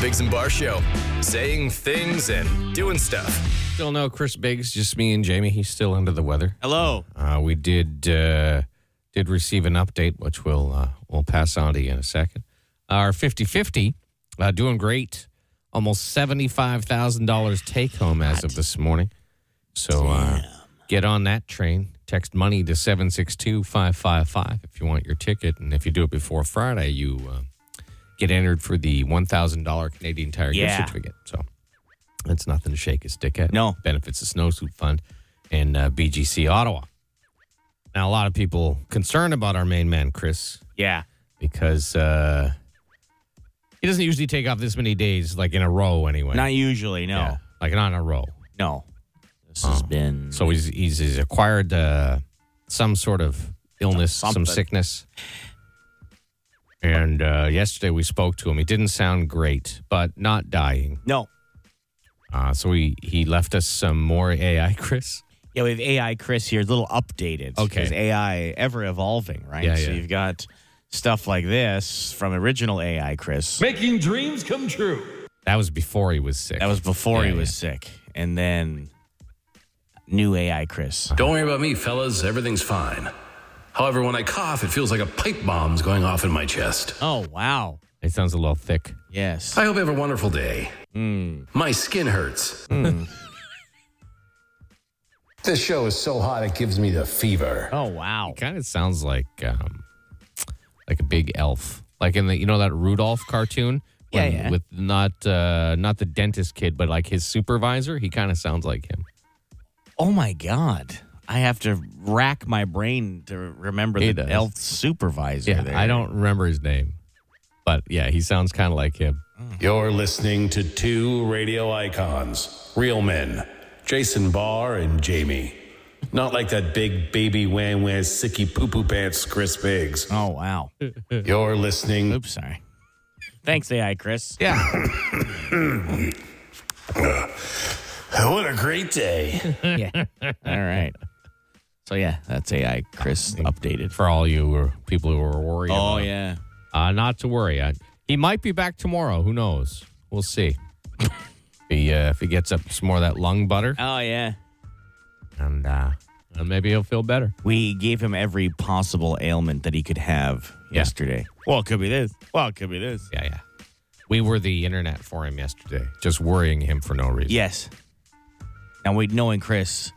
Biggs and Bar Show, saying things and doing stuff. Still no Chris Biggs, just me and Jamie. He's still under the weather. Hello. Uh, we did uh, did receive an update, which we'll uh, we'll pass on to you in a second. Our 50-50, uh, doing great. Almost seventy five thousand dollars take home as of this morning. So uh, get on that train. Text money to seven six two five five five if you want your ticket, and if you do it before Friday, you uh, get entered for the one thousand dollar Canadian Tire Yeah. gift certificate. So that's nothing to shake a stick at. No. benefits the Snowsuit Fund and uh, BGC Ottawa. Now a lot of people concerned about our main man Chris Yeah. because uh, he doesn't usually take off this many days, like in a row, anyway. Not usually. No. Yeah, like not in a row. No. This has been So he's he's, he's acquired uh, some sort of illness, some Something. sickness. And uh, yesterday we spoke to him. He didn't sound great, but not dying. no. Uh, so he he left us some more AI, Chris. Yeah, we have AI Chris here, a little updated. Okay. Because AI ever evolving, right? Yeah, so yeah. you've got stuff like this from original AI Chris. Making dreams come true. That was before he was sick. That was before Yeah, he was sick. And then new AI Chris. Don't worry about me, fellas. Everything's fine. However, when I cough, it feels like a pipe bomb's going off in my chest. Oh, wow. It sounds a little thick. Yes. I hope you have a wonderful day. My skin hurts. this show is so hot it gives me the fever. Oh, wow. Kind of sounds like um, like a big elf, like in the you know that Rudolph cartoon. Yeah, When- yeah. With not uh, not the dentist kid, but like his supervisor. He kind of sounds like him. Oh, my God. I have to rack my brain to remember He the does. elf supervisor Yeah, there. I don't remember his name, but yeah, he sounds kind of like him. You're listening to two radio icons, real men, Jason Barr and Jamie. Not like that big baby wham wham sicky poo poo pants Chris Biggs. Oh, wow. You're listening. Oops, sorry. Thanks, AI Chris. Yeah, What a great day. yeah. All right. So yeah, that's AI Chris updated. for all you who- people who are worried. Oh about him. yeah. Uh, not to worry. I, he might be back tomorrow. Who knows? We'll see. if, he, uh, if he gets up some more of that lung butter, Oh yeah. and uh, and maybe he'll feel better. We gave him every possible ailment that he could have Yeah. yesterday. Well, it could be this. Well, it could be this. Yeah, yeah. We were the internet for him yesterday, just worrying him for no reason. Yes. Now we knowing Chris,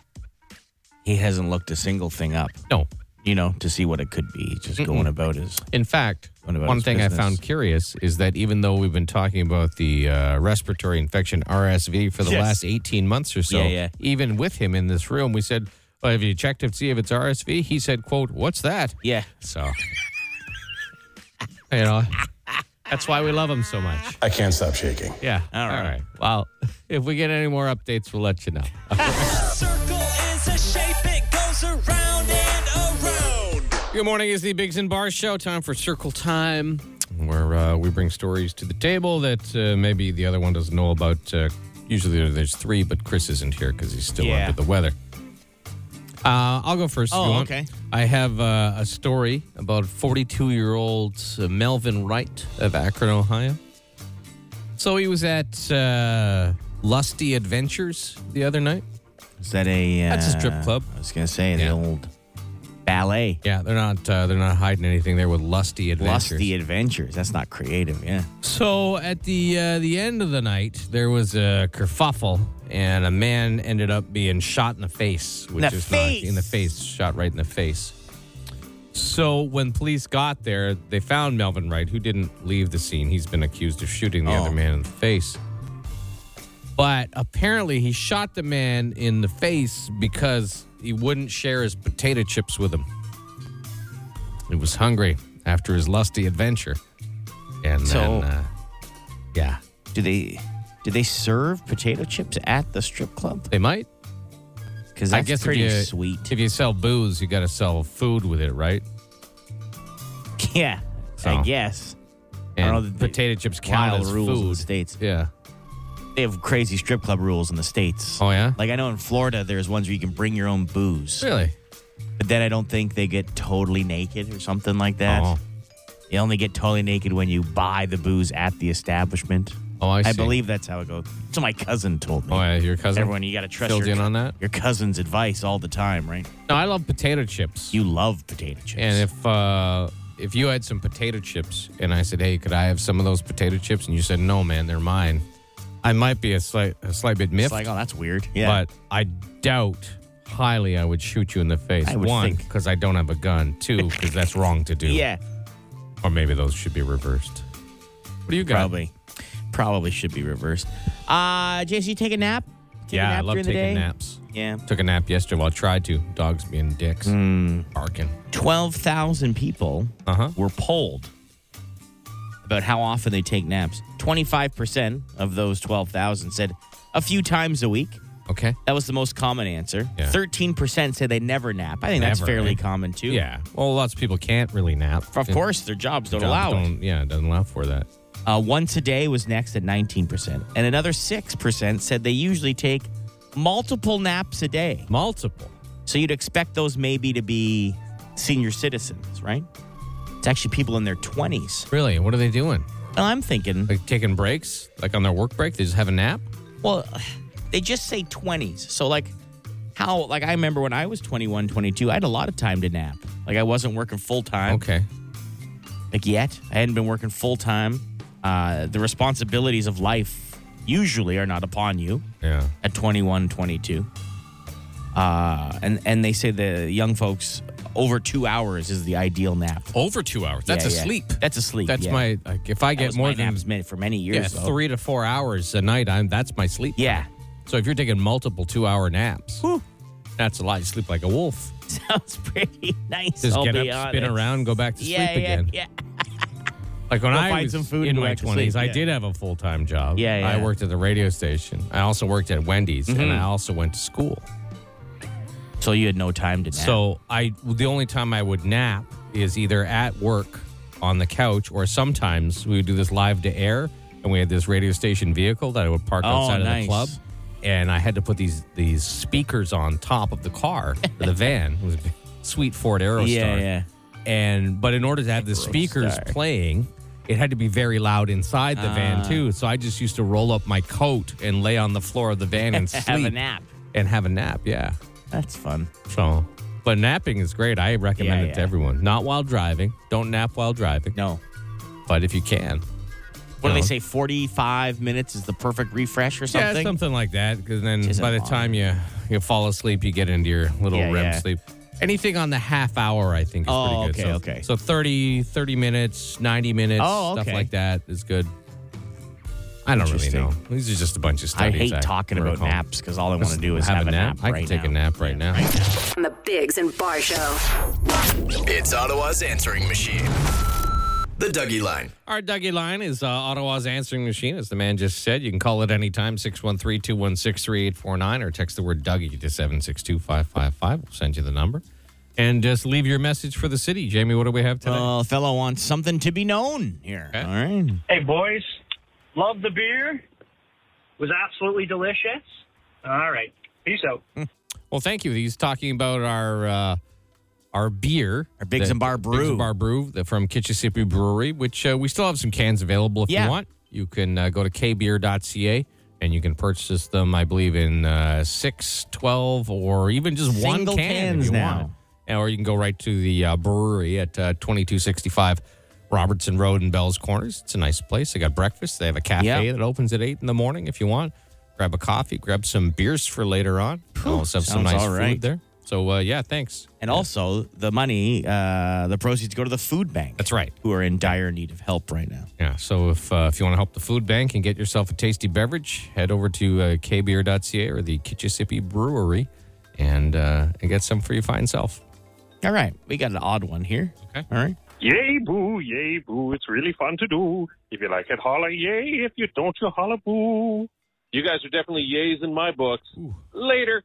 he hasn't looked a single thing up, No. you know, to see what it could be. He's Just going about his In fact, What about one his thing I business? found curious is that even though we've been talking about the uh, respiratory infection RSV for the Yes. last 18 months or so, Yeah, yeah. even with him in this room, we said, well, have you checked to see if it's RSV? He said, quote, what's that? Yeah. So, you know, that's why we love him so much. I can't stop shaking. Yeah. All right. Well, if we get any more updates, we'll let you know. circle is a shape, it goes around and around. Good morning. Is the Biggs and Bar Show time for Circle Time, where uh, we bring stories to the table that uh, maybe the other one doesn't know about. Uh, usually there's three, but Chris isn't here because he's still Yeah. under the weather. Uh, I'll go first. if Oh, you want. okay. I have uh, a story about 42 year old Melvin Wright of Akron, Ohio. So he was at uh, Lusty Adventures the other night. Is that a? Uh, That's a strip club. I was gonna say Yeah. the old ballet. Yeah, they're not uh, they're not hiding anything there with Lusty Adventures. Lusty adventures. That's not creative. Yeah. So at the uh, the end of the night, there was a kerfuffle, and a man ended up being shot in the face, which the is face. not in the face, shot right in the face. So when police got there, they found Melvin Wright, who didn't leave the scene. He's been accused of shooting the Oh. other man in the face. But apparently, he shot the man in the face because he wouldn't share his potato chips with him. He was hungry after his lusty adventure. And So- then, uh, yeah, Do they do they serve potato chips at the strip club? they might. Because I that's guess pretty if you, sweet. If you sell booze, you got to sell food with it, right? yeah, So. I guess And don't know that they- potato chips count wild as rules in the food. States. Yeah. they have crazy strip club rules in the states. Oh yeah. Like I know in Florida, there's ones where you can bring your own booze, really? but then I don't think they get totally naked or something like that. Oh. You only get totally naked when you buy the booze at the establishment. Oh, I see. I believe that's how it goes. So my cousin told me. Oh, yeah, your cousin. Everyone, you got to trust filled your, in on that? your cousin's advice all the time, right? No, I love potato chips. You love potato chips. and if uh, if you had some potato chips and I said, "Hey, could I have some of those potato chips?" and you said, "No, man, they're mine," I might be a slight a slight bit miffed, it's like, oh, that's weird. Yeah. but I doubt highly I would shoot you in the face. I would One, think- because I don't have a gun. Two, because that's wrong to do. yeah, Or maybe those should be reversed. What do you got? probably, probably should be reversed. Uh, Jason, you take a nap. Take yeah, a nap I love during the taking day? naps. Yeah. Took a nap yesterday. Well, I tried to. Dogs being dicks, Hmm. barking. 12,000 people Uh-huh. were polled about how often they take naps. 25% of those 12,000 said a few times a week. Okay. That was the most common answer. Yeah. 13% said they never nap. I think that's Never, fairly eh? common too. Yeah. Well, lots of people can't really nap. Of course, their jobs don't Jobs allow it. don't- Yeah, it doesn't allow for that. Uh, once a day was next at 19%. And another 6% said they usually take multiple naps a day. Multiple. So you'd expect those maybe to be senior citizens, right? It's actually people in their 20s. Really? What are they doing? And I'm thinking, Like taking breaks? Like on their work break? They just have a nap? well, they just say 20s. So, like, how, like, I remember when I was 21, 22, I had a lot of time to nap. Like, I wasn't working full time. Okay. Like, yet. I hadn't been working full time. Uh, the responsibilities of life usually are not upon you. Yeah. at 21, 22. Uh, and, and they say the young folks over two hours is the ideal nap. Over two hours. That's Yeah, a yeah. sleep. That's a sleep. That's yeah. my, like, if I That get was more my than naps meant for many years. yeah, though. three to four hours a night, I'm that's my sleep. time. Yeah. So if you're taking multiple two hour naps, that's a lot. You sleep like a wolf. sounds pretty nice. Just I'll get be up, honest. spin around, go back to Yeah, sleep yeah, again. yeah. Like when I find was some food in and go my back to twenties, sleep, I yeah. did have a full time job. Yeah, yeah. Mm-hmm. I worked at the radio station. I also worked at Wendy's, and I also went to school. So you had no time to nap. So I, the only time I would nap is either at work on the couch, or sometimes we would do this live to air, and we had this radio station vehicle that I would park Oh, outside of nice. the club, and I had to put these these speakers on top of the car, or the van. It was a sweet Ford Aerostar. yeah, yeah. and but in order to have the speakers star. playing it had to be very loud inside the Ah. van too so i just used to roll up my coat and lay on the floor of the van and sleep Have a nap. and have a nap yeah That's fun. so but napping is great i recommend Yeah, it to yeah. everyone not while driving don't nap while driving No. but if you can What do No. they say? 45 minutes is the perfect refresh or yeah something? something like that because then Which isn't by the long. time you you fall asleep you get into your little Yeah, rem yeah. sleep anything on the half hour i think is Oh, pretty good okay, so, so okay. 30 30 minutes 90 minutes Oh, stuff okay. like that is good i don't really Interesting. know these are just a bunch of I studies hate talking wrote about home. naps because all I want to Just do is have, a nap. i right can take a now. nap right now on the Bigs and Bar Show. It's Ottawa's answering machine. The Dougie Line. Our Dougie line is uh, Ottawa's answering machine, as the man just said. You can call it anytime, 613 216 3849, or text the word Dougie to 762 555. We'll send you the number. And just leave your message for the city. Jamie, what do we have today? Well, a fellow wants something to be known here. Okay. All right. Hey, boys. Love the beer. Was absolutely delicious. All right. Peace out. well, thank you. He's talking about our uh, our beer, Our Bigs that- and Bar Bigs Brew. and Bar Brew that- from Kitchissippi Brewery, which uh, we still have some cans available if Yeah. you want. You can uh, go to kbeer.ca. And you can purchase them, I believe, in uh, 6, 12, or even just one Single can cans if you now. want. And- Or you can go right to the uh, brewery at uh, 2265 Robertson Road in Bell's Corners. It's a nice place. They got breakfast. They have a cafe Yeah. that opens at 8 in the morning if you want. Grab a coffee, grab some beers for later on. also have some sounds nice all right. food there. So, uh, yeah, thanks. And also, the money, uh, the proceeds go to the food bank. That's right. Who are in dire need of help right now. Yeah. So if uh, if you want to help the food bank and get yourself a tasty beverage, head over to uh, kbeer.ca or the Kitchissippi Brewery and uh, and get some for your fine self. All right. We got an odd one here. Okay. All right. Yay, boo, yay, boo. It's really fun to do. If you like it, holla, yay. If you don't, you holla, boo. You guys are definitely yays in my books. Later.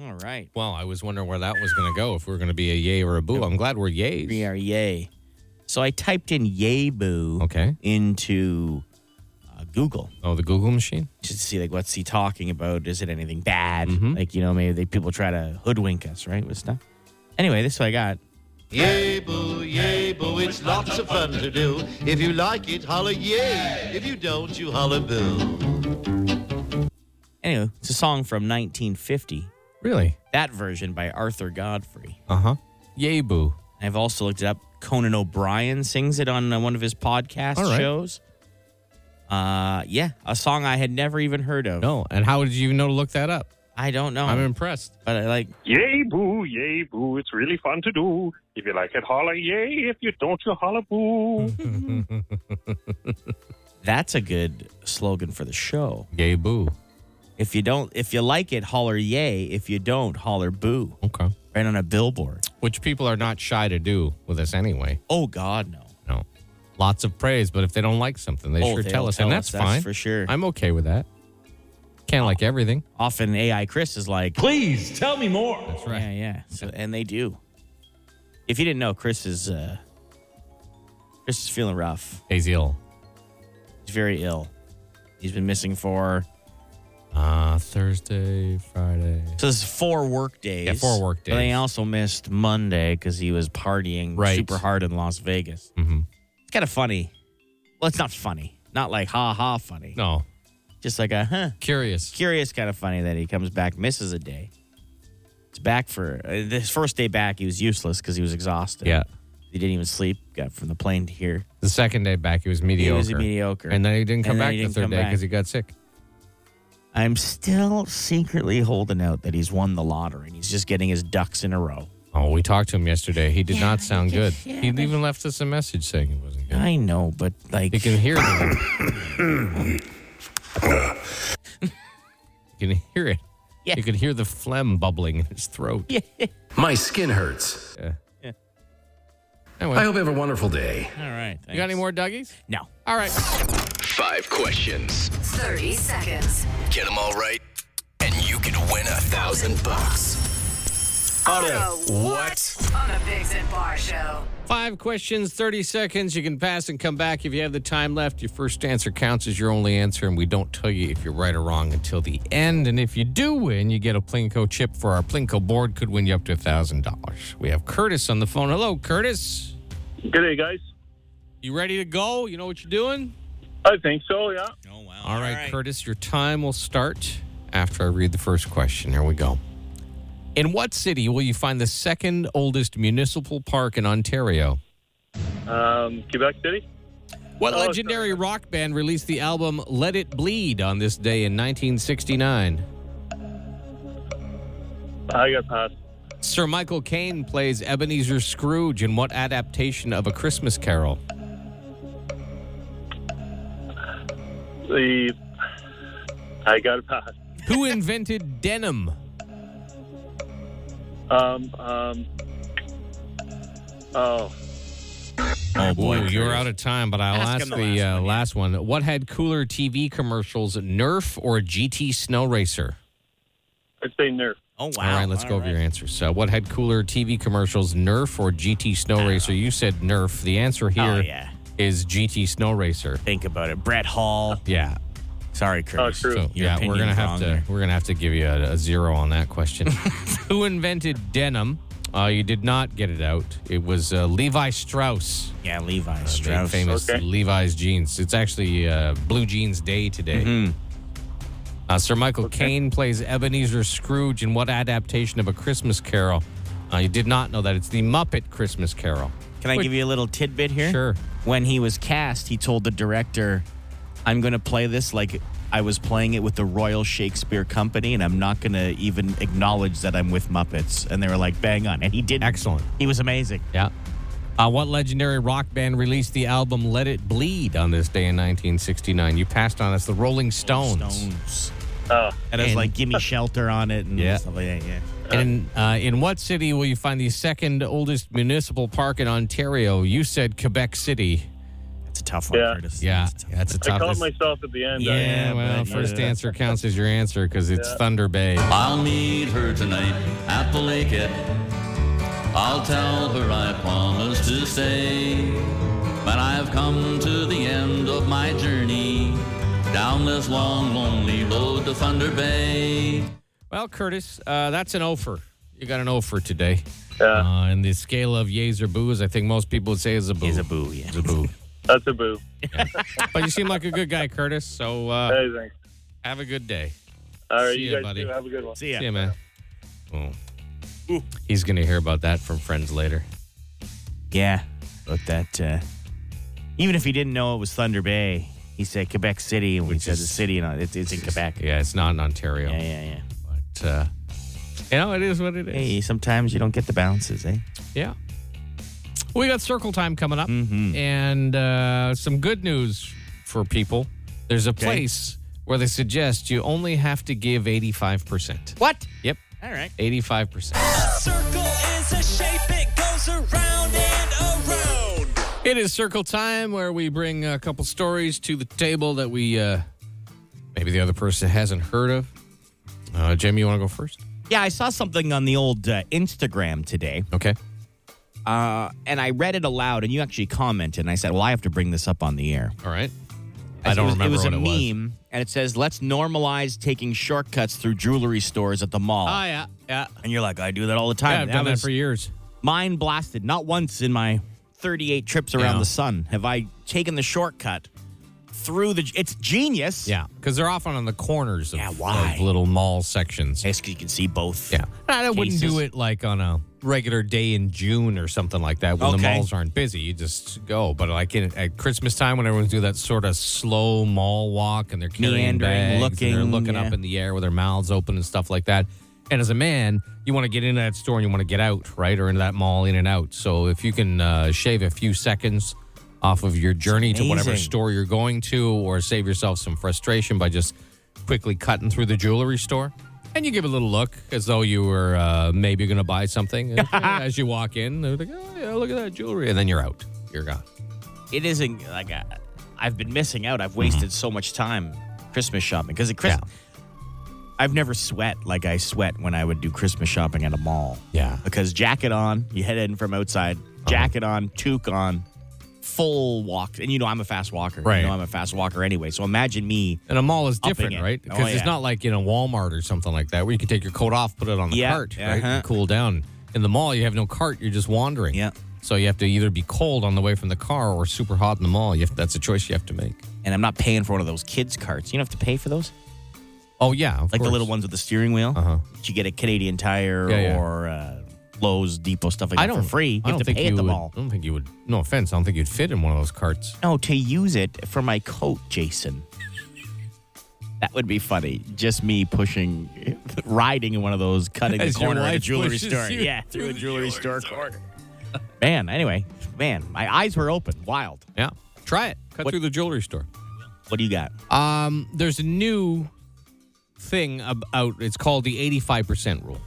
All right. Well, I was wondering where that was going to go. If we are going to be a yay or a boo, I'm glad we're yays. We are yay. So I typed in yay boo Okay. into uh, Google Oh, the Google machine. just to see like what's he talking about? Is it anything Mm-hmm. bad? Like you know maybe they, people try to hoodwink us right with stuff. Anyway, this is what I got. Yay, boo, yay, boo, it's lots of fun to do. If you like it, holler yay. If you don't, you holler boo. Anyway, it's a song from 1950. Really? That version by Arthur Godfrey. Uh huh. Yay, boo. I've also looked it up. Conan O'Brien sings it on uh, one of his podcast All right. shows. Uh, yeah, a song I had never even heard of. No. And how did you even know to look that up? I don't know. I'm impressed. but I like Yay, boo, yay, boo, it's really fun to do. If you like it, holler yay. If you don't, you holler boo. that's a good slogan for the show. Yay, boo. If you don't, if you like it, holler yay. If you don't, holler boo. Okay. Right on a billboard. Which people are not shy to do with us anyway. Oh God, no. No. Lots of praise, but if they don't like something, they Oh, sure they'll tell us. tell and us, that's, that's fine. for sure. I'm okay with that. Can't like everything. Often AI Chris is like, Please tell me more. That's right. yeah, yeah. So and they do. If you didn't know, Chris is uh, Chris is feeling rough. He's ill. He's very ill. He's been missing for Uh, Thursday, Friday. so this is four work days. Yeah, four work But he days. also missed Monday because he was partying Right. super hard in Las Vegas. Mm-hmm. It's kind of funny. Well, it's not funny. Not like ha ha funny. No. Just like a huh. Curious. Curious, kind of funny that he comes back, misses a day. It's back for uh, his first day back. He was useless because he was exhausted. Yeah. he didn't even sleep. Got from the plane to here. The second day back, he was mediocre. He was mediocre. And then he didn't come And then back he the didn't third come day back. because he got sick. I'm still secretly holding out that he's won the lottery and he's just getting his ducks in a row. Oh, we talked to him yesterday. He did not sound good. he even left us a message saying it wasn't good. I know, but like, You can hear it. you can hear it. Yeah. You can hear the phlegm bubbling in his throat. yeah. All My skin hurts. Anyway, I hope you have a wonderful day. right. you got any more Dougies? No. All right. Five questions. 30 seconds. Get them all right, and you could win a thousand bucks. Auto what? On the Bigs and Bar Show. Five questions, 30 seconds. You can pass and come back if you have the time left. Your first answer counts as your only answer, and we don't tell you if you're right or wrong until the end. And if you do win, you get a Plinko chip for our Plinko board. Could win you up to $1,000. We have Curtis on the phone. Hello, Curtis. Good day, guys. You ready to go? You know what you're doing? I think so, yeah. Oh, wow. All right, Curtis, your time will start after I read the first question. Here we go. In what city will you find the second oldest municipal park in Ontario? Um, Quebec City? What Oh, legendary rock band released the album Let It Bleed on this day in 1969? I got past. Sir Michael Caine plays Ebenezer Scrooge in what adaptation of A Christmas Carol? The. I got past. Who invented denim? Um, um. Oh. Oh boy, you're out of time, but I'll ask, Ask him the, the uh, last last one. What had cooler TV commercials, Nerf or GT Snow Racer? I'd say nerf. Oh, wow. All right, let's go All over your right. answers. Uh, what had cooler TV commercials, Nerf or GT Snow Racer? You said Nerf. The answer here is Oh, yeah. GT Snow Racer. Think about it. Brett Hall. Yeah. Sorry, Curtis. Oh, true. So Your yeah, we're opinion's gonna have wrong to there. we're gonna have to give you a, a zero on that question. Who invented denim? Uh, you did not get it out. It was uh, Levi Strauss, yeah, Levi made Strauss. Uh, famous Okay. Levi's jeans. It's actually uh, Blue Jeans Day today. Mm-hmm. Uh, Sir Michael Caine plays Ebenezer Scrooge in what adaptation of A Christmas Carol? Uh, you did not know that. It's the Muppet Christmas Carol. Can I give you a little tidbit here? Sure. When he was cast, he told the director, I'm going to play this like I was playing it with the Royal Shakespeare Company, and I'm not going to even acknowledge that I'm with Muppets. And they were like, bang on. And he did. Excellent. He was amazing. Yeah. Uh, what legendary rock band released the album Let It Bleed on this day in 1969? You passed on us the Rolling Stones. Stones. Oh. and it was And- like, give me shelter on it and Yeah. stuff like that. Yeah. And uh, in what city will you find the second oldest municipal park in Ontario? You said Quebec City. That's a tough one, Yeah. Curtis. Yeah, That's a tough that's a I tough. caught this- myself at the end. Yeah. I- yeah, well, but- first answer counts as your answer because it's Thunder Bay. I'll meet her tonight at the lake. I'll tell her I promise to stay. But I've come to the end of my journey down this long, lonely road to Thunder Bay. Well, Curtis, uh, that's an offer. You got an O for today. Uh, and the scale of yays or boos, I think most people would say is a boo. Is a boo, yeah. It's a boo. That's a boo. but you seem like a good guy, Curtis. So Hey, uh, thanks. have a good day. All right, See you ya, guys buddy. too. Have a good one. See ya. See ya, man. Oh. He's going to hear about that from friends later. Yeah, but that uh, even if he didn't know it was Thunder Bay, he said Quebec City, and we said the is- city, and all- it's, it's in Quebec. Yeah, Yeah, it's not in Ontario. yeah, yeah. But, uh, you know, it is what it is. Hey, sometimes you don't get the bounces, eh? Yeah. We got circle time coming up Mm-hmm. and uh, some good news for people. There's a place where they suggest you only have to give 85%. What? Yep, All right. 85%. Circle is a shape, it goes around and around. It is circle time where we bring a couple stories to the table that we uh, maybe the other person hasn't heard of. Uh, Jim, you want to go first? Yeah, I saw something on the old uh, Instagram today, Okay. uh, and I read it aloud, and you actually commented, and I said, "Well, I have to bring this up on the air." All right. I don't it was, remember It was what a it was. meme, and it says, "Let's normalize taking shortcuts through jewelry stores at the mall." Oh, yeah. Yeah. Uh, and you're like, "I do that all the time." yeah I've done that was- for years. Mind blasted. Not once in my 38 trips around Yeah. the sun have I taken the shortcut through the. It's genius. Yeah, because they're often on the corners of, Yeah, why? of little mall sections. Yes, 'cause you can see both. Yeah, I wouldn't Cases. do it like on a regular day in June or something like that when the Okay. malls aren't busy. You just go, but like in, at Christmas time when everyone's doing that sort of slow mall walk and they're carrying Meandering, bags and they're looking, looking yeah. up in the air with their mouths open and stuff like that. And as a man, you want to get into that store and you want to get out, right, or into that mall in and out. So if you can uh, shave a few seconds off of your journey to whatever amazing. store you're going to, or save yourself some frustration by just quickly cutting through the jewelry store. And you give a little look as though you were uh, maybe going to buy something. And, uh, as you walk in, they're like, oh, yeah, look at that jewelry. And then you're out. You're gone. It isn't like I, I've been missing out. I've Mm-hmm. wasted so much time Christmas shopping because Christmas. I've never sweat like I sweat when I would do Christmas shopping at a mall. Yeah. Uh-huh. Because jacket on, you head in from outside, jacket on, toque on, full walk. And you know I'm a fast walker. Right. You know I'm a fast walker anyway. So imagine me And a mall is different, it. right? Oh, Because it's yeah. not like in a Walmart or something like that where you can take your coat off, put it on the Yeah, cart, right? uh-huh. And cool down. In the mall, you have no cart. You're just wandering. Yeah. So you have to either be cold on the way from the car or super hot in the mall. You have, that's a choice you have to make. and I'm not paying for one of those kids' carts. You don't have to pay for those, Oh, yeah. of like the course. little ones with the steering wheel. Uh-huh. You get a Canadian Tire Yeah, yeah. or uh, Lowe's Depot stuff like that I don't for free. You I have don't to think pay you at the would- mall. I don't think you would. No offense. I don't think you'd fit in one of those carts. No, to use it for my coat, Jason. That would be funny. Just me pushing, riding in one of those, cutting As the your corner at a wife jewelry pushes store. you Yeah, through the jewelry store corner. Man, anyway, man, my eyes were open. Wild. Yeah. Try it. Cut What- through the jewelry store. What do you got? Um, there's a new thing about it's called the 85% rule.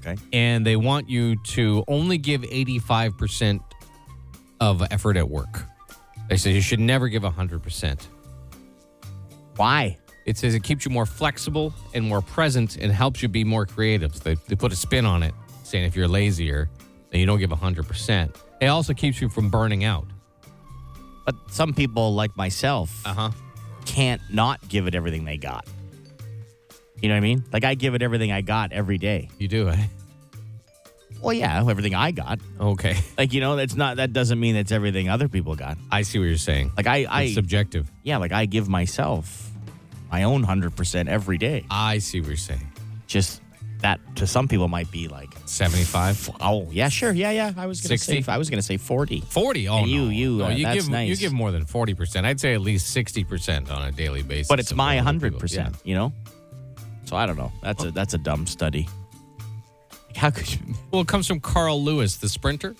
Okay. And they want you to only give 85% of effort at work. They say you should never give 100%. Why? It says it keeps you more flexible and more present and helps you be more creative. So they, they put a spin on it, saying if you're lazier, then you don't give 100%. It also keeps you from burning out. But some people, like myself, Uh huh. can't not give it everything they got. You know what I mean? Like I give it everything I got every day. You do, eh? Well, yeah, everything I got. Okay. Like you know, that's not that doesn't mean it's everything other people got. I see what you're saying. Like I, I it's subjective. yeah, like I give myself my own hundred percent every day. I see what you're saying. Just that to some people might be like, 75? oh yeah, sure, yeah, yeah. I was gonna 60? say I was gonna say forty. 40? Oh, And you- no. you, No, uh, you that's give, You nice. give more than 40%. I'd say at least 60% on a daily basis. But it's of my other hundred people. percent, Yeah. you know. So I don't know. That's a that's a dumb study. Like, how could you? Well, it comes from Carl Lewis, the sprinter.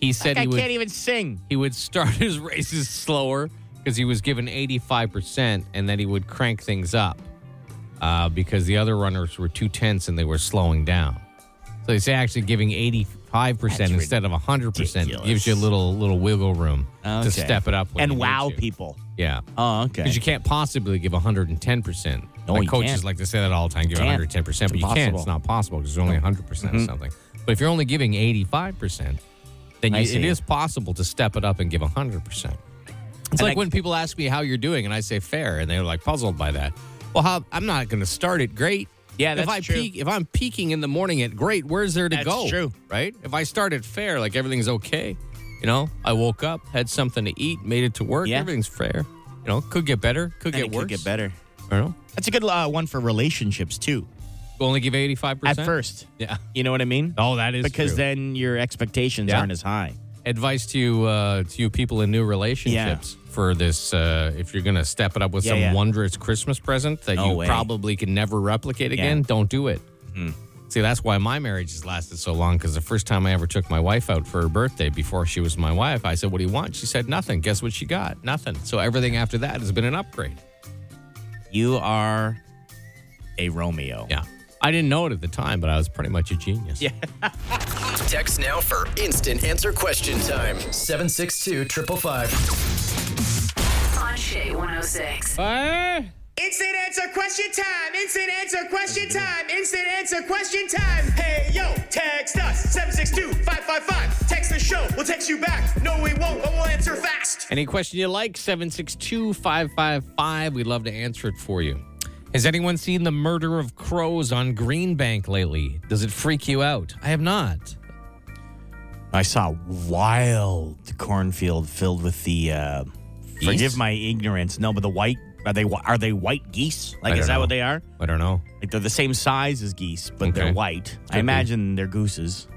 He said I he can't would even sing. he would start his races slower because he was given 85% and then he would crank things up uh, because the other runners were too tense and they were slowing down. So they say actually giving 85% That's instead of 100% ridiculous. gives you a little little wiggle room Okay. to step it up. When And you need wow, to. people. Yeah. Oh, okay. Because you can't possibly give 110%. No, like you coaches can't. like to say that all the time, give Can't. 110%, but It's you can't. impossible. Mm-hmm. It's not possible because there's only 100% percent of something. But if you're only giving 85%, then I you, see. it is possible to step it up and give 100%. It's like I- when people ask me how you're doing and I say fair and they're like puzzled by that. Well, how, I'm not going to start it great. Yeah, if that's I true. Peak, if I'm peaking in the morning at great, where's there to That's go? true. right? If I start at fair, like everything's okay. You know, I woke up, had something to eat, made it to work. Yeah. Everything's fair. You know, could get better, could And get it worse. could get better. I don't know. That's a good uh, one for relationships too. Only give eighty five At percent first, Yeah. you know what I mean? Oh, that is because true. then your expectations Yeah. aren't as high. advice to you, uh, to you people in new relationships for this. Uh, if you're going to step it up with Yeah, some yeah. wondrous Christmas present that No you way. Mm-hmm. probably can never replicate again, don't do it. See, that's why my marriage has lasted so long because the first time I ever took my wife out for her birthday before she was my wife, I said, What do you want? She said, Nothing. Guess what she got? Nothing. So everything after that has been an upgrade. You are a Romeo. Yeah. I didn't know it at the time, but I was pretty much a genius. Yeah. Text now for instant answer question time. 762 555. On Shea 106. Instant answer question time. Instant answer question time. Instant answer question time. Hey yo, text us 762-555. Text the show. We'll text you back. No, we won't, but we'll answer fast. Any question you like, 762 555. We'd love to answer it for you. Has anyone seen the murder of crows on Green Bank lately? Does it freak you out? I have not. I saw a wild cornfield filled with the. Uh, forgive my ignorance. No, but the white are they wh- are they white geese? I Like don't is that know. what they are? I don't know. Like they're the same size as geese, but Okay. they're white. be. I imagine they're gooses.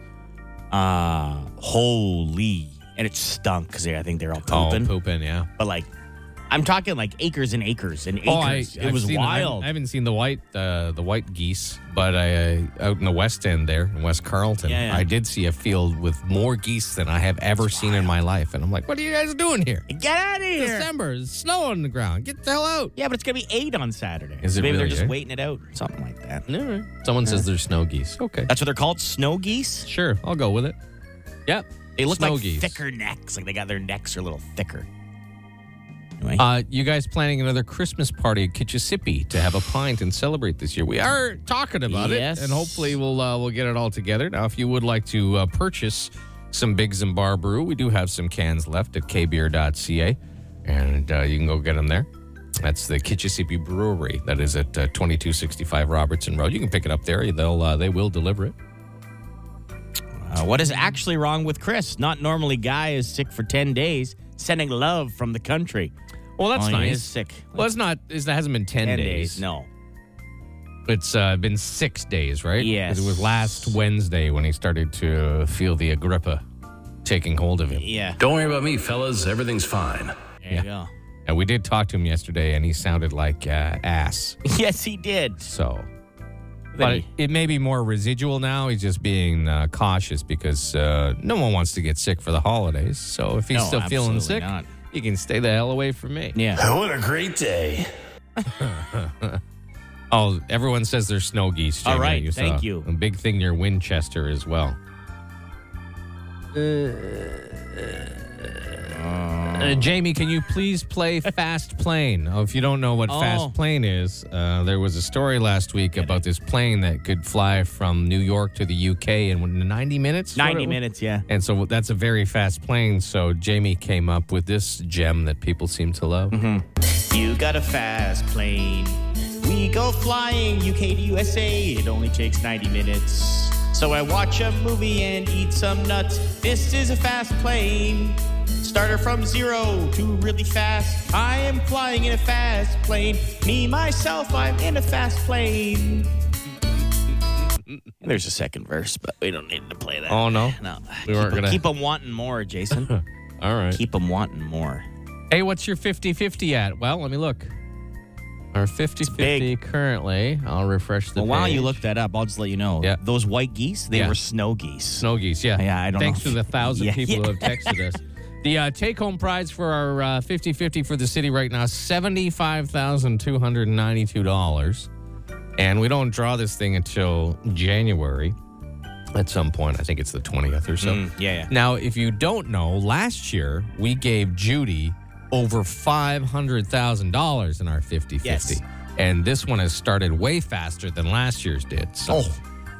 Uh holy! And it stunk because I think they're all pooping. Oh, pooping, yeah. But like, I'm talking like acres and acres and acres. it I've was seen- Oh, I haven't- wild. I haven't seen the white uh, the white geese, but I uh, out in the West End there in West Carlton, Yeah, yeah. I did see a field with more geese than I have ever seen in my life, and I'm like, "What are you guys doing here? Get out of here! December, it's snow on the ground. Get the hell out!" Yeah, but it's gonna be eight on Saturday. Is it So Maybe really, they're just eh? waiting it out, something like that. Someone says there's snow geese. Okay, That's what they're called, snow geese. sure, I'll go with it. Yep, They look snow like geese. thicker necks, like they got their necks are a little thicker. Anyway, Uh, you guys planning another Christmas party at Kitchissippi to have a pint and celebrate this year? We are talking about Yes. it, and hopefully we'll uh, we'll get it all together. Now, if you would like to uh, purchase some Bigs and Bar Brew, we do have some cans left at kbeer.ca, and uh, you can go get them there. That's the Kitchissippi Brewery. That is at uh, 2265 Robertson Road. You can pick it up there. They'll uh, they will deliver it. uh, what is actually wrong with Chris? Not normally, guy is sick for ten days, sending love from the country. Well, that's Oh, nice. He is sick. Well, it's not. It's, it hasn't been ten, ten days. days. No. It's uh, been six days, right? Yes. 'Cause It was last Wednesday when he started to feel the Agrippa taking hold of him. Yeah. Don't worry about me, fellas. Everything's fine. There you go. And we did talk to him yesterday, and he sounded like uh, ass. Yes, he did. So, Then but it, he- it may be more residual now. He's just being uh, cautious because uh, no one wants to get sick for the holidays. So if he's No, still feeling absolutely sick, not. he can stay the hell away from me. Yeah. Oh, What a great day. Oh, everyone says there's snow geese. Jamie, All that right, you thank saw. you. A big thing near Winchester as well. Uh, Jamie, can you please play Fast Plane? Oh, if you don't know what Oh. Fast Plane is, uh, there was a story last week about this plane that could fly from New York to the UK in 90 minutes. is what it 90 was? minutes, yeah. And so that's a very fast plane. So Jamie came up with this gem that people seem to love. Mm-hmm. You got a fast plane. We go flying UK to USA. It only takes 90 minutes. So I watch a movie and eat some nuts. This is a fast plane. Starter from zero to really fast. I am flying in a fast plane. Me, myself, I'm in a fast plane. There's a second verse, but we don't need to play that. Oh, no? No. We weren't Keep 'em- gonna- Keep them wanting more, Jason. All right. keep them wanting more. Hey, what's your 50 50 at? Well, let me look. Our 50 50 big. currently. I'll refresh the Well, while you page. look that up, I'll just let you know. Yeah. Those white geese, they Yeah. were snow geese. Snow geese, yeah. Yeah, I don't Thanks know. to the thousand Yeah, people yeah. who have texted us. The uh, take home prize for our 50 50 for the city right now $75,292. And we don't draw this thing until January at some point. I think it's the 20th or so. yeah, Now, if you don't know, last year we gave Judy over $500,000 in our 50 Yes. 50. And this one has started way faster than last year's did. So, Oh.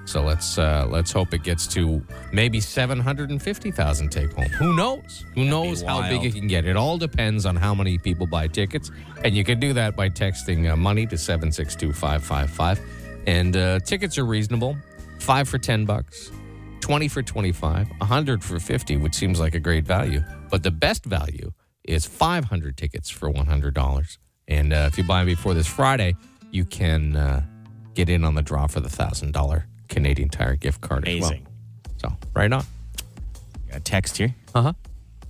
so let's uh, let's hope it gets to maybe 750,000 take home. Who knows? Who knows how big wild. it can get? It all depends on how many people buy tickets. And you can do that by texting uh, money to 762 555. And uh, tickets are reasonable. Five for 10 bucks, 20 for 25, 100 for 50, which seems like a great value. But the best value is 500 tickets for $100. And uh, if you buy before this Friday, you can uh, get in on the draw for the $1,000 Canadian Tire gift card Amazing. as well. So, right on. Got a text here. Uh huh.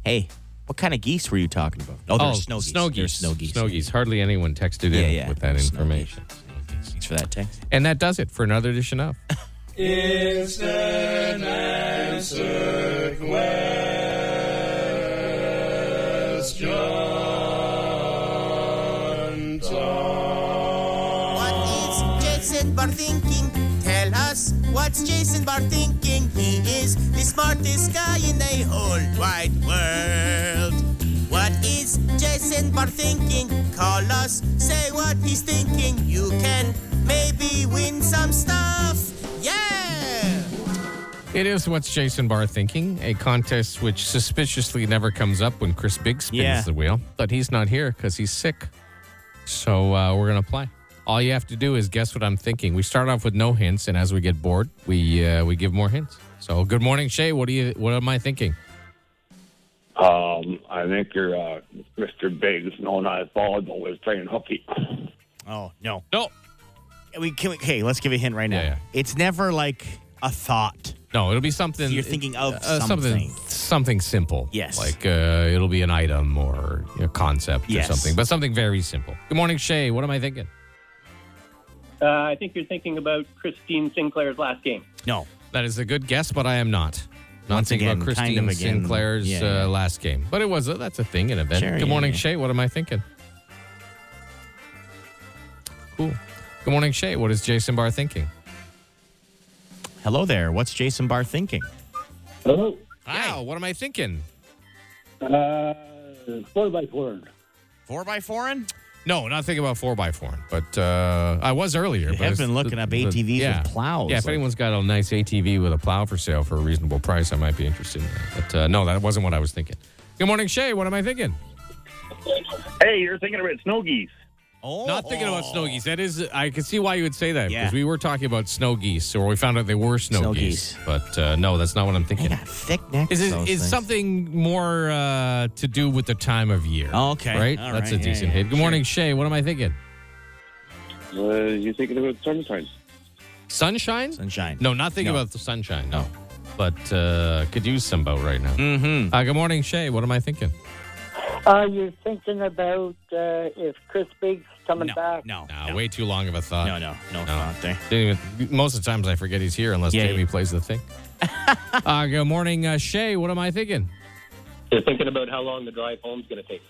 Hey, what kind of geese were you talking about? Oh, there's snow geese. Snow There's geese. snow geese. Snow geese. Hardly anyone texted Yeah, in yeah. with that Snow information. Thanks for that text. And that does it for another edition of. What is Jason Barr thinking? Tell us what's Jason Barr thinking? He is the smartest guy in the whole wide world. What is Jason Barr thinking? Call us, say what he's thinking. You can maybe win some stuff. Yeah! It is what's Jason Barr thinking, a contest which suspiciously never comes up when Chris Big spins Yeah. the wheel, but he's not here because he's sick. So uh, we're gonna play. All you have to do is guess what I'm thinking. We start off with no hints, and as we get bored, we uh, we give more hints. So good morning, Shay. What do you? What am I thinking? Um, I think your uh, Mr. Biggs, known as Baldo, was playing hooky. Oh no, no. We can. We, hey, let's give a hint right now. It's never like a thought. No, it'll be something You're thinking of uh, something. something something simple. Yes. like uh, it'll be an item or a concept Yes. or something, but something very simple. Good morning, Shay. What am I thinking? Uh, I think you're thinking about Christine Sinclair's last game. No. That is a good guess, but I am not. Not Once thinking again, about Christine kind of again. Sinclair's Yeah, uh, yeah. last game. But it was, uh, that's a thing, an event. Sure, good yeah, morning, yeah. Shay. What am I thinking? Cool. Good morning, Shay. What is Jason Barr thinking? Hello there. What's Jason Barr thinking? Hello. Hi. Wow, what am I thinking? Uh, four by four. Four by foreign? No, not thinking about four by four, but uh, I was earlier. but You have it's been looking up ATVs with plows, Yeah, if like- anyone's got a nice ATV with a plow for sale for a reasonable price, I might be interested in that. But uh, no, that wasn't what I was thinking. Good morning, Shay. What am I thinking? Hey, you're thinking about snow geese. Oh, Not thinking about snow geese. That is, I can see why you would say that Yeah. because we were talking about snow geese, or we found out they were snow, Snow geese. But uh, no, that's not what I'm thinking. Thick neck. Is it, is something more uh, to do with the time of year? okay. right. All that's a right, yeah, decent yeah, hit. Good morning, Shay. What am I thinking? Uh, you thinking about sunshine? Sunshine. Sunshine. No, not thinking No. about the sunshine. No, but uh, could use some boat right now. Mm-hmm. Uh, good morning, Shay. What am I thinking? Are you thinking about uh, if Chris Biggs coming back? No. Nah, way too long of a thought. No, no, no, thought there. Didn't even, most of the times I forget he's here unless Jamie plays the thing. uh, good morning, uh, Shay. What am I thinking? You're thinking about how long the drive home's going to take.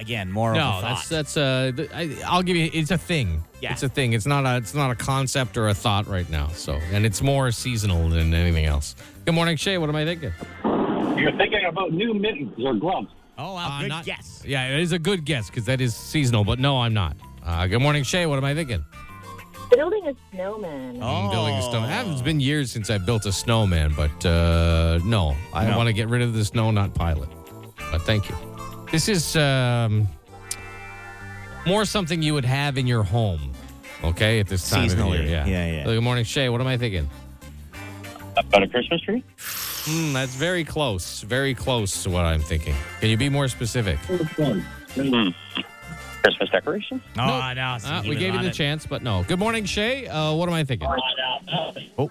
Again, more no, of a that's thought. that's uh, th- I, I'll give you. It's a thing. Yeah. it's a thing. It's not a it's not a concept or a thought right now. So, and it's more seasonal than anything else. Good morning, Shay. What am I thinking? You're thinking about new mittens or gloves. Oh, wow, good Uh, not- guess. Yeah, it is a good guess because that is seasonal. But no, I'm not. Uh, good morning, Shay. What am I thinking? Building a snowman. I'm building a snowman. It's been years since I built a snowman, but uh, no, I No. want to get rid of the snow, not pile it. But thank you. This is um, more something you would have in your home, okay, at this time Seasonal, of year. yeah. Yeah, yeah. So, good morning, Shay. What am I thinking? About a Christmas tree? Hmm, that's very close. Very close to what I'm thinking. Can you be more specific? Hmm. Christmas decorations? No, no. see, Uh, he we was gave you on the it. chance, but no. Good morning, Shay. Uh, what am I thinking? Uh, Oh.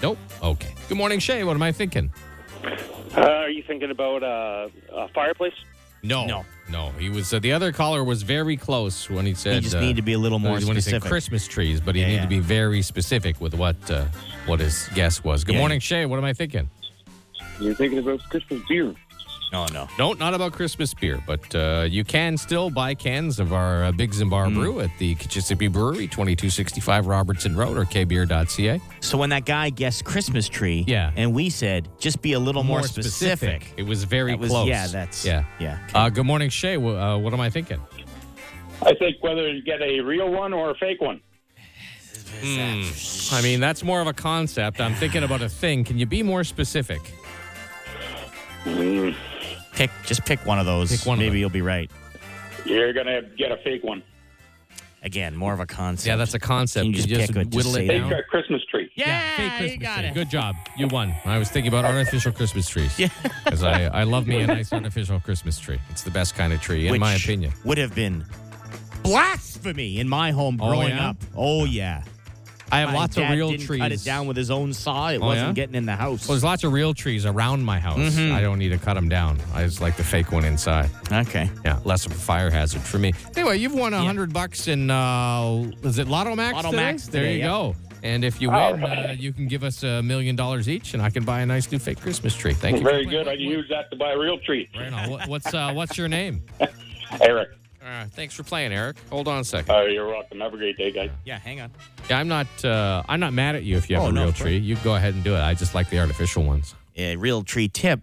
Nope. Okay. Good morning, Shay. What am I thinking? Uh, are you thinking about uh, a fireplace? No. No. No. He was uh, the other caller was very close when he said You just uh, need to be a little more when he said specific. Christmas trees, but he Yeah, need yeah. to be very specific with what uh, what his guess was. Good Yeah. morning, Shay. What am I thinking? You're thinking about Christmas beer. No, no. No, not about Christmas beer, but uh, you can still buy cans of our uh, Big Zimbar Mm. Brew at the Kitchissippi Brewery, 2265 Robertson Road or kbeer.ca. So when that guy guessed Christmas tree, yeah. and we said just be a little more, specific. It was very That was- close. yeah, that's- yeah, yeah. Uh, good morning, Shay. Wh- Uh, what am I thinking? I think whether you get a real one or a fake one. Hmm. I mean, that's more of a concept. I'm thinking about a thing. Can you be more specific? Hmm. Pick just pick one of those. Pick one Maybe you'll be right. You're going to get a fake one. Again, more of a concept. Yeah, that's a concept. Can you just, You just pick a, just whittle it say down? that? Christmas tree. Yeah, fake Christmas you got tree. it. Good job. You won. I was thinking about artificial Christmas trees. Yeah. Because I, I love me a nice artificial Christmas tree. It's the best kind of tree, in Which my opinion. Would have been blasphemy in my home Oh, growing yeah? up. Oh yeah. I have My lots of dad real didn't trees. Cut it down with his own saw. It Oh, wasn't yeah? getting in the house. Well, there's lots of real trees around my house. Mhm. I don't need to cut them down. I just like the fake one inside. Okay. Yeah, less of a fire hazard for me. Anyway, you've won a hundred bucks in uh, is it Lotto Max? Lotto today? Max There today, you yep. go. And if you All win, uh, right. you can give us a million dollars each, and I can buy a nice new fake Christmas tree. Thank you. Very good. I can use that to buy a real tree. Right on. What, what's uh, what's your name? Eric. Uh, thanks for playing, Eric. Hold on a second. Uh, you're welcome. Have a great day, guys. Yeah, hang on. Yeah, I'm not uh, I'm not mad at you if you have Oh, a no, real of course. tree. You go ahead and do it. I just like the artificial ones. a real tree tip.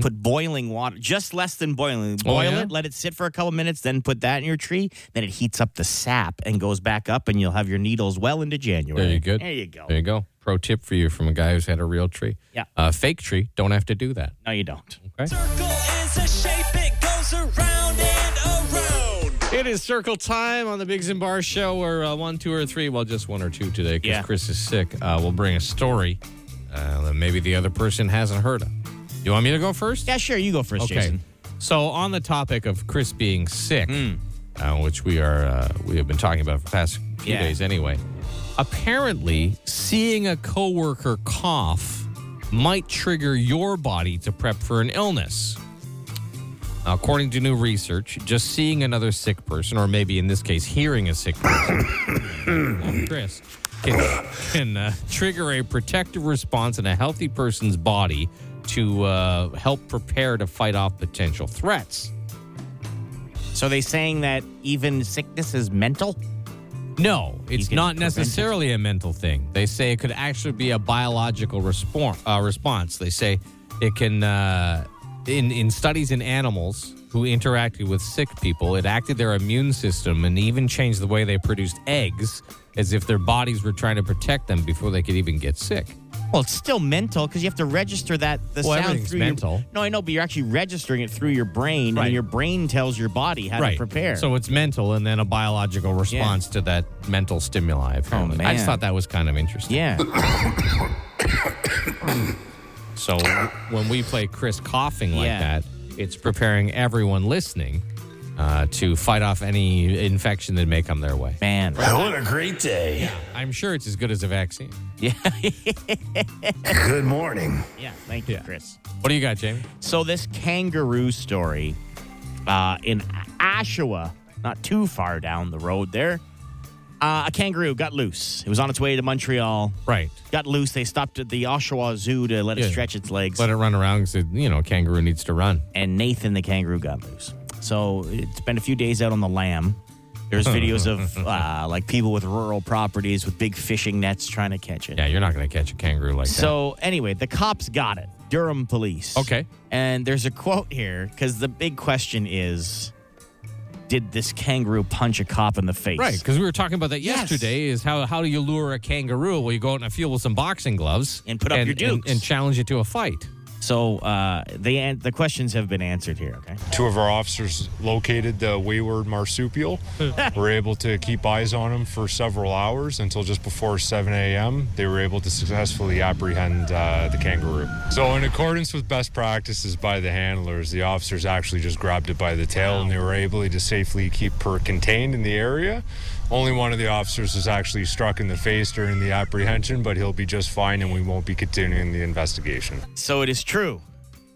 Put boiling water, just less than boiling. Mm-hmm. Oh, Boil yeah? it, let it sit for a couple minutes, then put that in your tree. Then it heats up the sap and goes back up, and you'll have your needles well into January. There you go. There you go. There you go. Pro tip for you from a guy who's had a real tree. Yeah. Uh, fake tree. Don't have to do that. No, you don't. Okay. Circle is a shape, it goes around and around. It is circle time on the Biggs and Bar show where uh, one, two, or three, well, just one or two today because Yeah. Chris is sick. Uh, we'll bring a story uh, that maybe the other person hasn't heard of. You want me to go first? Yeah, sure. You go first, Jason. Hmm. So, on the topic of Chris being sick, uh, which we are uh, we have been talking about for the past few Yeah. days anyway, apparently seeing a coworker cough might trigger your body to prep for an illness. According to new research, just seeing another sick person, or maybe in this case, hearing a sick person, Chris, can, can uh, trigger a protective response in a healthy person's body to uh, help prepare to fight off potential threats. So they saying that even sickness is mental? No, it's can not prevent it. necessarily a mental thing. They say it could actually be a biological response. Uh, response. They say it can. Uh, in in studies in animals who interacted with sick people, it acted their immune system and even changed the way they produced eggs, as if their bodies were trying to protect them before they could even get sick. Well, it's still mental because you have to register that the Well, sound everything's through mental. Your, no, I know, but you're actually registering it through your brain, Right. and your brain tells your body how to prepare. So it's mental and then a biological response to that mental stimuli. Apparently. I just Oh, man. thought that was kind of interesting. yeah. So when we play Chris coughing like Yeah. that, it's preparing everyone listening uh, to fight off any infection that may come their way. Man. What a great day. I'm sure it's as good as a vaccine. Yeah. Good morning. yeah. Thank you, Chris. What do you got, Jamie? So this kangaroo story uh, in Oshawa, not too far down the road there, uh, a kangaroo got loose. It was on its way to Montreal. Right. Got loose. They stopped at the Oshawa Zoo to let Yeah. it stretch its legs. Let it run around because, you know, kangaroo needs to run. and Nathan the kangaroo got loose. So it spent a few days out on the lamb. There's videos of uh, like people with rural properties with big fishing nets trying to catch it. Yeah, you're not going to catch a kangaroo like So anyway, the cops got it. Durham police. that. Okay. And there's a quote here because the big question is Did this kangaroo punch a cop in the face? Right, because we were talking about that Yes. yesterday. Is how how do you lure a kangaroo? Well, you go out in a field with some boxing gloves And put up your and, dukes. and challenge it to a fight. So uh, they an- the questions have been answered here, okay? Two of our officers located the wayward marsupial. were able to keep eyes on him for several hours until just before 7 a.m. They were able to successfully apprehend uh, the kangaroo. So, in accordance with best practices by the handlers, the officers actually just grabbed it by the tail and they were able to safely keep her contained in the area. Only one of the officers was actually struck in the face during the apprehension, but he'll be just fine and we won't be continuing the investigation. So it is true.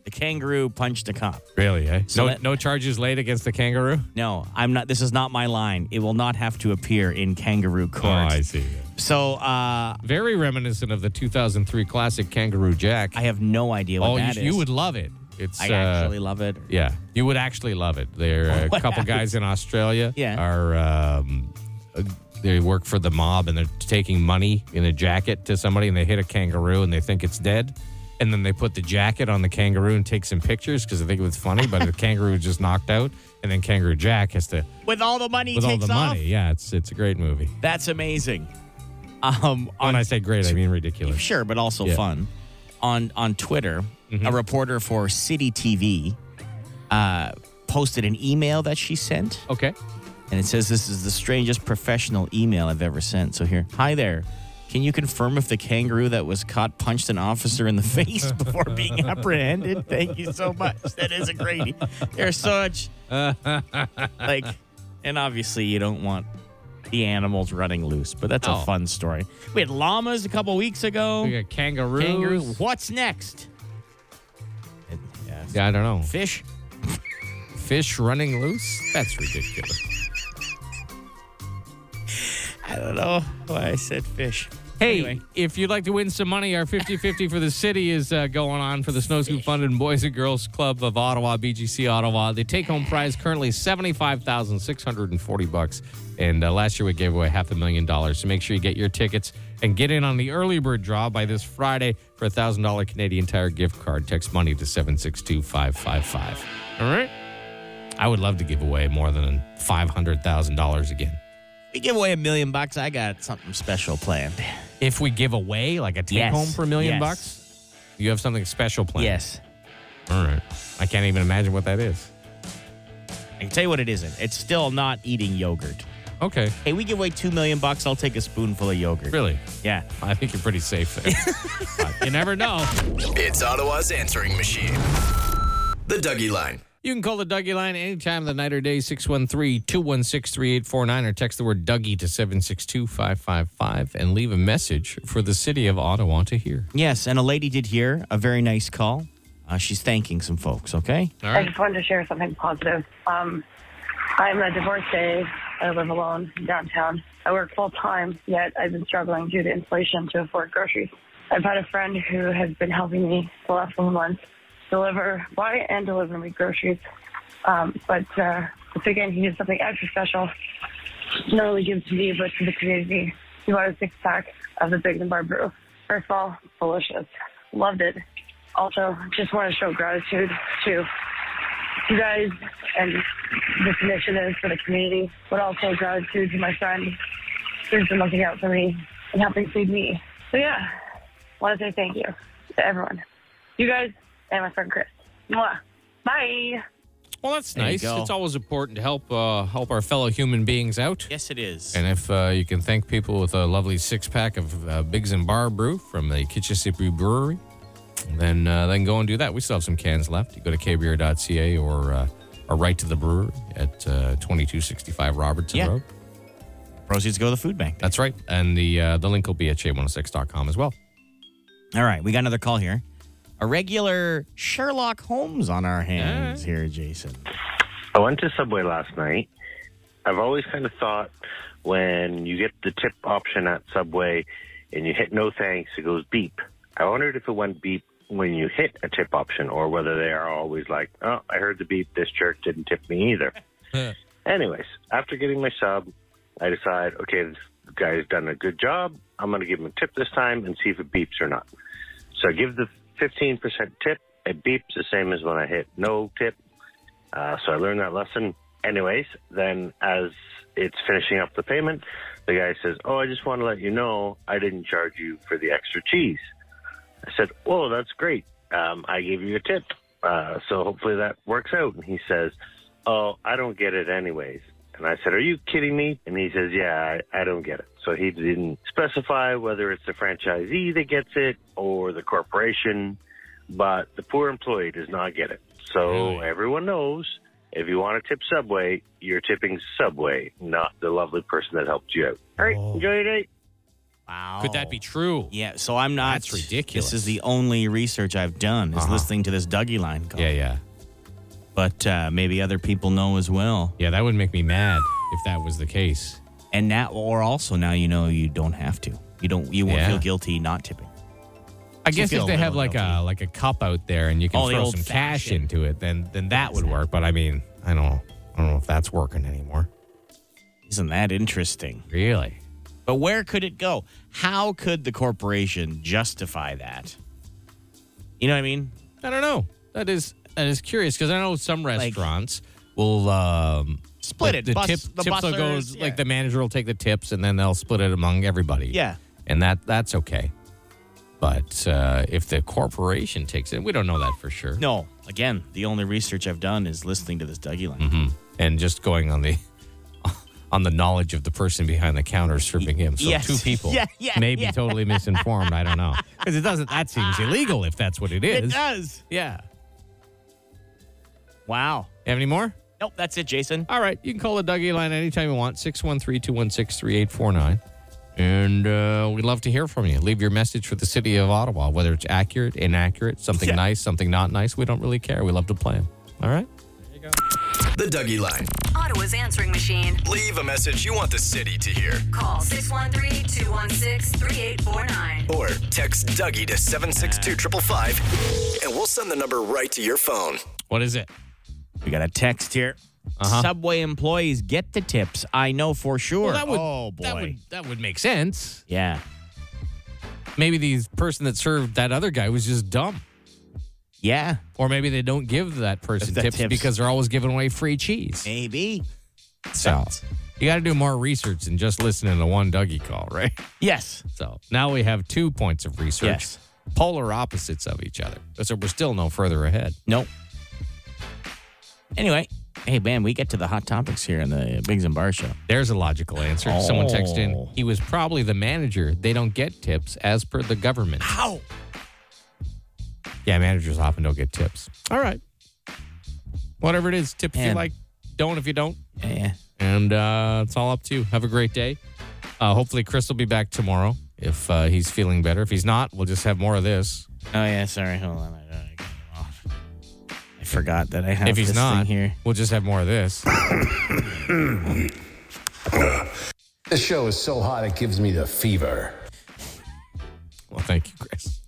The kangaroo punched a cop. Really? Eh? So no that- no charges laid against the kangaroo. No, I'm not. This is not my line. It will not have to appear in kangaroo court. Oh, see. So uh, Very reminiscent of the 2003 classic Kangaroo Jack. I have no idea what oh, that you, is. you would love it. It's I uh, actually love it. yeah, you would actually love it. There are a What couple happens? guys in Australia. Yeah. are um, uh, they work for the mob and they're taking money in a jacket to somebody and they hit a kangaroo and they think it's dead. And then they put the jacket on the kangaroo and take some pictures because they think it was funny, but the kangaroo was just knocked out. And then Kangaroo Jack has to, With all the money he with all takes the off. money. Yeah, it's it's a great movie. That's amazing. Um, When I say great, I mean ridiculous. sure, but also Yeah. Mm-hmm. fun. On on Twitter, a reporter for City TV uh, posted an email that she sent Okay. And it says this is the strangest professional email I've ever sent. So here, hi there. Can you confirm if the kangaroo that was caught punched an officer in the face before being apprehended? Thank you so much. That is a great. e-" They're such like, and obviously you don't want the animals running loose, but that's Oh. a fun story. We had llamas a couple weeks ago. We got kangaroos. Kangaroo. What's next? Yeah, I don't know. Fish. Fish running loose? That's ridiculous. I don't know why I said fish. Hey, if you'd like to win some money, our 50 50 for the city is uh, going on for the Snow Scoop Fund and Boys and Girls Club of Ottawa, BGC Ottawa. The take home prize currently 75640 bucks, And uh, last year we gave away half a million dollars. So make sure you get your tickets and get in on the early bird draw by this Friday for a $1,000 Canadian Tire gift card. Text money to 762 555. All right? I would love to give away more than $500,000 again. We give away a million bucks. I got something special planned. If we give away like a take Yes. home for a million Yes. bucks, you have something special planned. Yes. All right. I can't even imagine what that is. I can tell you what it isn't. It's still not eating yogurt. Okay. Hey, we give away two million bucks. I'll take a spoonful of yogurt. Really? Yeah. I think you're pretty safe there. you never know. It's Ottawa's answering machine. The Dougie Line. You can call the Dougie line any time of the night or day, 613 216 3849, or text the word Dougie to 762 555 and leave a message for the city of Ottawa to hear. Yes, and a lady did hear a very nice call. Uh, she's thanking some folks. Okay. I just wanted to share something positive. Um, I'm a divorcee. I live alone downtown. I work full time, yet I've been struggling due to inflation to afford groceries. I've had a friend who has been helping me the last few months deliver, buy and deliver me groceries. Um, but uh, once again, he did something extra special, not only gives to me, but to the community. He bought a six pack of the Big and Bar Brew. First of all, delicious. Loved it. Also, just want to show gratitude to you guys and this initiative for the community, but also gratitude to my friend who's been looking out for me and helping feed me. So yeah, want to say thank you to everyone, you guys, and my friend Chris. Mwah. Bye. Well, that's There you nice. go. It's always important to help uh, help our fellow human beings out. Yes, it is. And if uh, you can thank people with a lovely six pack of uh, Biggs and Bar Brew from the Kitchissippi Brewery, then uh, then go and do that. We still have some cans left. You go to kbeer.ca or uh, or right to the brewery at uh, 2265 Robertson Yeah. Road. Proceeds go to the food bank. That's right. And the uh, the link will be at j106.com as well. All right, we got another call here. A regular Sherlock Holmes on our hands here, Jason. I went to Subway last night. I've always kind of thought when you get the tip option at Subway and you hit no thanks, it goes beep. I wondered if it went beep when you hit a tip option or whether they are always like, oh, I heard the beep. This jerk didn't tip me either. Anyways, after getting my sub, I decide, okay, this guy's done a good job. I'm going to give him a tip this time and see if it beeps or not. So I give the 15% tip. It beeps the same as when I hit no tip. Uh, so I learned that lesson. Anyways, then as it's finishing up the payment, the guy says, Oh, I just want to let you know I didn't charge you for the extra cheese. I said, Oh, that's great. Um, I gave you a tip. Uh, so hopefully that works out. And he says, Oh, I don't get it anyways. And I said, Are you kidding me? And he says, Yeah, I, I don't get it. So he didn't specify whether it's the franchisee that gets it or the corporation, but the poor employee does not get it. So everyone knows if you want to tip Subway, you're tipping Subway, not the lovely person that helped you out. All right, enjoy your day. Wow. Could that be true? Yeah, so I'm not. That's ridiculous. Uh-huh. This is the only research I've done is listening to this Dougie line call. Yeah, yeah. But uh, maybe other people know as well. Yeah, that would make me mad if that was the case. And now, or also now you know you don't have to. You don't. You won't Yeah. feel guilty not tipping. I So guess feel if a they have little like a like a cup out there and you can Oh, the throw old some cash fashioned. into it, then then that would work. But I mean, I don't I don't know if that's working anymore. Isn't that interesting? Really? But where could it go? How could the corporation justify that? You know what I mean? I don't know. That is that is curious because I know some restaurants will um, Split it. The Bus- tip, the tips will go bussers, yeah. like the manager will take the tips and then they'll split it among everybody. Yeah. and that that's okay. But uh, if the corporation takes it, we don't know that for sure. No. Mm-hmm. Again, the only research I've done is listening to this Dougie line. hmm and just going on the on the knowledge of the person behind the counter serving him. So Yes. two people Yeah, yeah, may be yeah. totally misinformed. I don't know because it doesn't. That seems illegal if that's what it is. It does. Yeah. Wow. Have any more? Nope, that's it, Jason. All right. You can call the Dougie line anytime you want, 613 216 3849. And uh, we'd love to hear from you. Leave your message for the city of Ottawa, whether it's accurate, inaccurate, something nice, something not nice. We don't really care. We love to play them. All right. The Dougie Line. Ottawa's answering machine. Leave a message you want the city to hear. Call 613 216 3849. Or text Dougie to 762 555 and we'll send the number right to your phone. What is it? We got a text here. Subway employees get the tips. I know for sure. Uh-huh. Well, that would- oh boy. that would- that would make sense. yeah. maybe the person that served that other guy was just dumb. Yeah. Or maybe they don't give that person That tips, tips. because they're always giving away free cheese. Maybe. So you got to do more research than just listening to one Dougie call, right? Yes. So now we have two points of research, Yes. polar opposites of each other. So we're still no further ahead. Nope. Anyway, hey man, we get to the hot topics here in the Biggs and Bar show. There's a logical answer. Someone texted in, Oh. he was probably the manager. They don't get tips as per the government. How? Yeah, managers often don't get tips. All right. Whatever it is, tip if you And- like, don't if you don't. Yeah. And uh, it's all up to you. Have a great day. Uh, hopefully, Chris will be back tomorrow if uh, he's feeling better. If he's not, we'll just have more of this. Oh yeah, sorry. Hold on. I, don't- I, got it off. I forgot that I have if he's this not thing here. we'll just have more of this. This show is so hot it gives me the fever. well, thank you, Chris.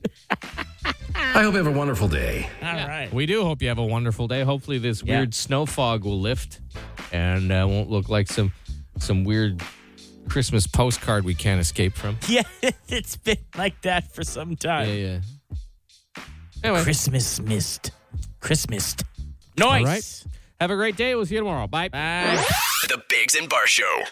I hope you have a wonderful day. All right. We do hope you have a wonderful day. Hopefully, this Yeah. weird snow fog will lift and uh, won't look like some some weird Christmas postcard we can't escape from. Yeah, it's been like that for some time. Yeah, yeah. Anyway. Christmas mist. Christmas. Noise. All right. Have a great day. We'll see you tomorrow. Bye. Bye. The Bigs and Bar Show.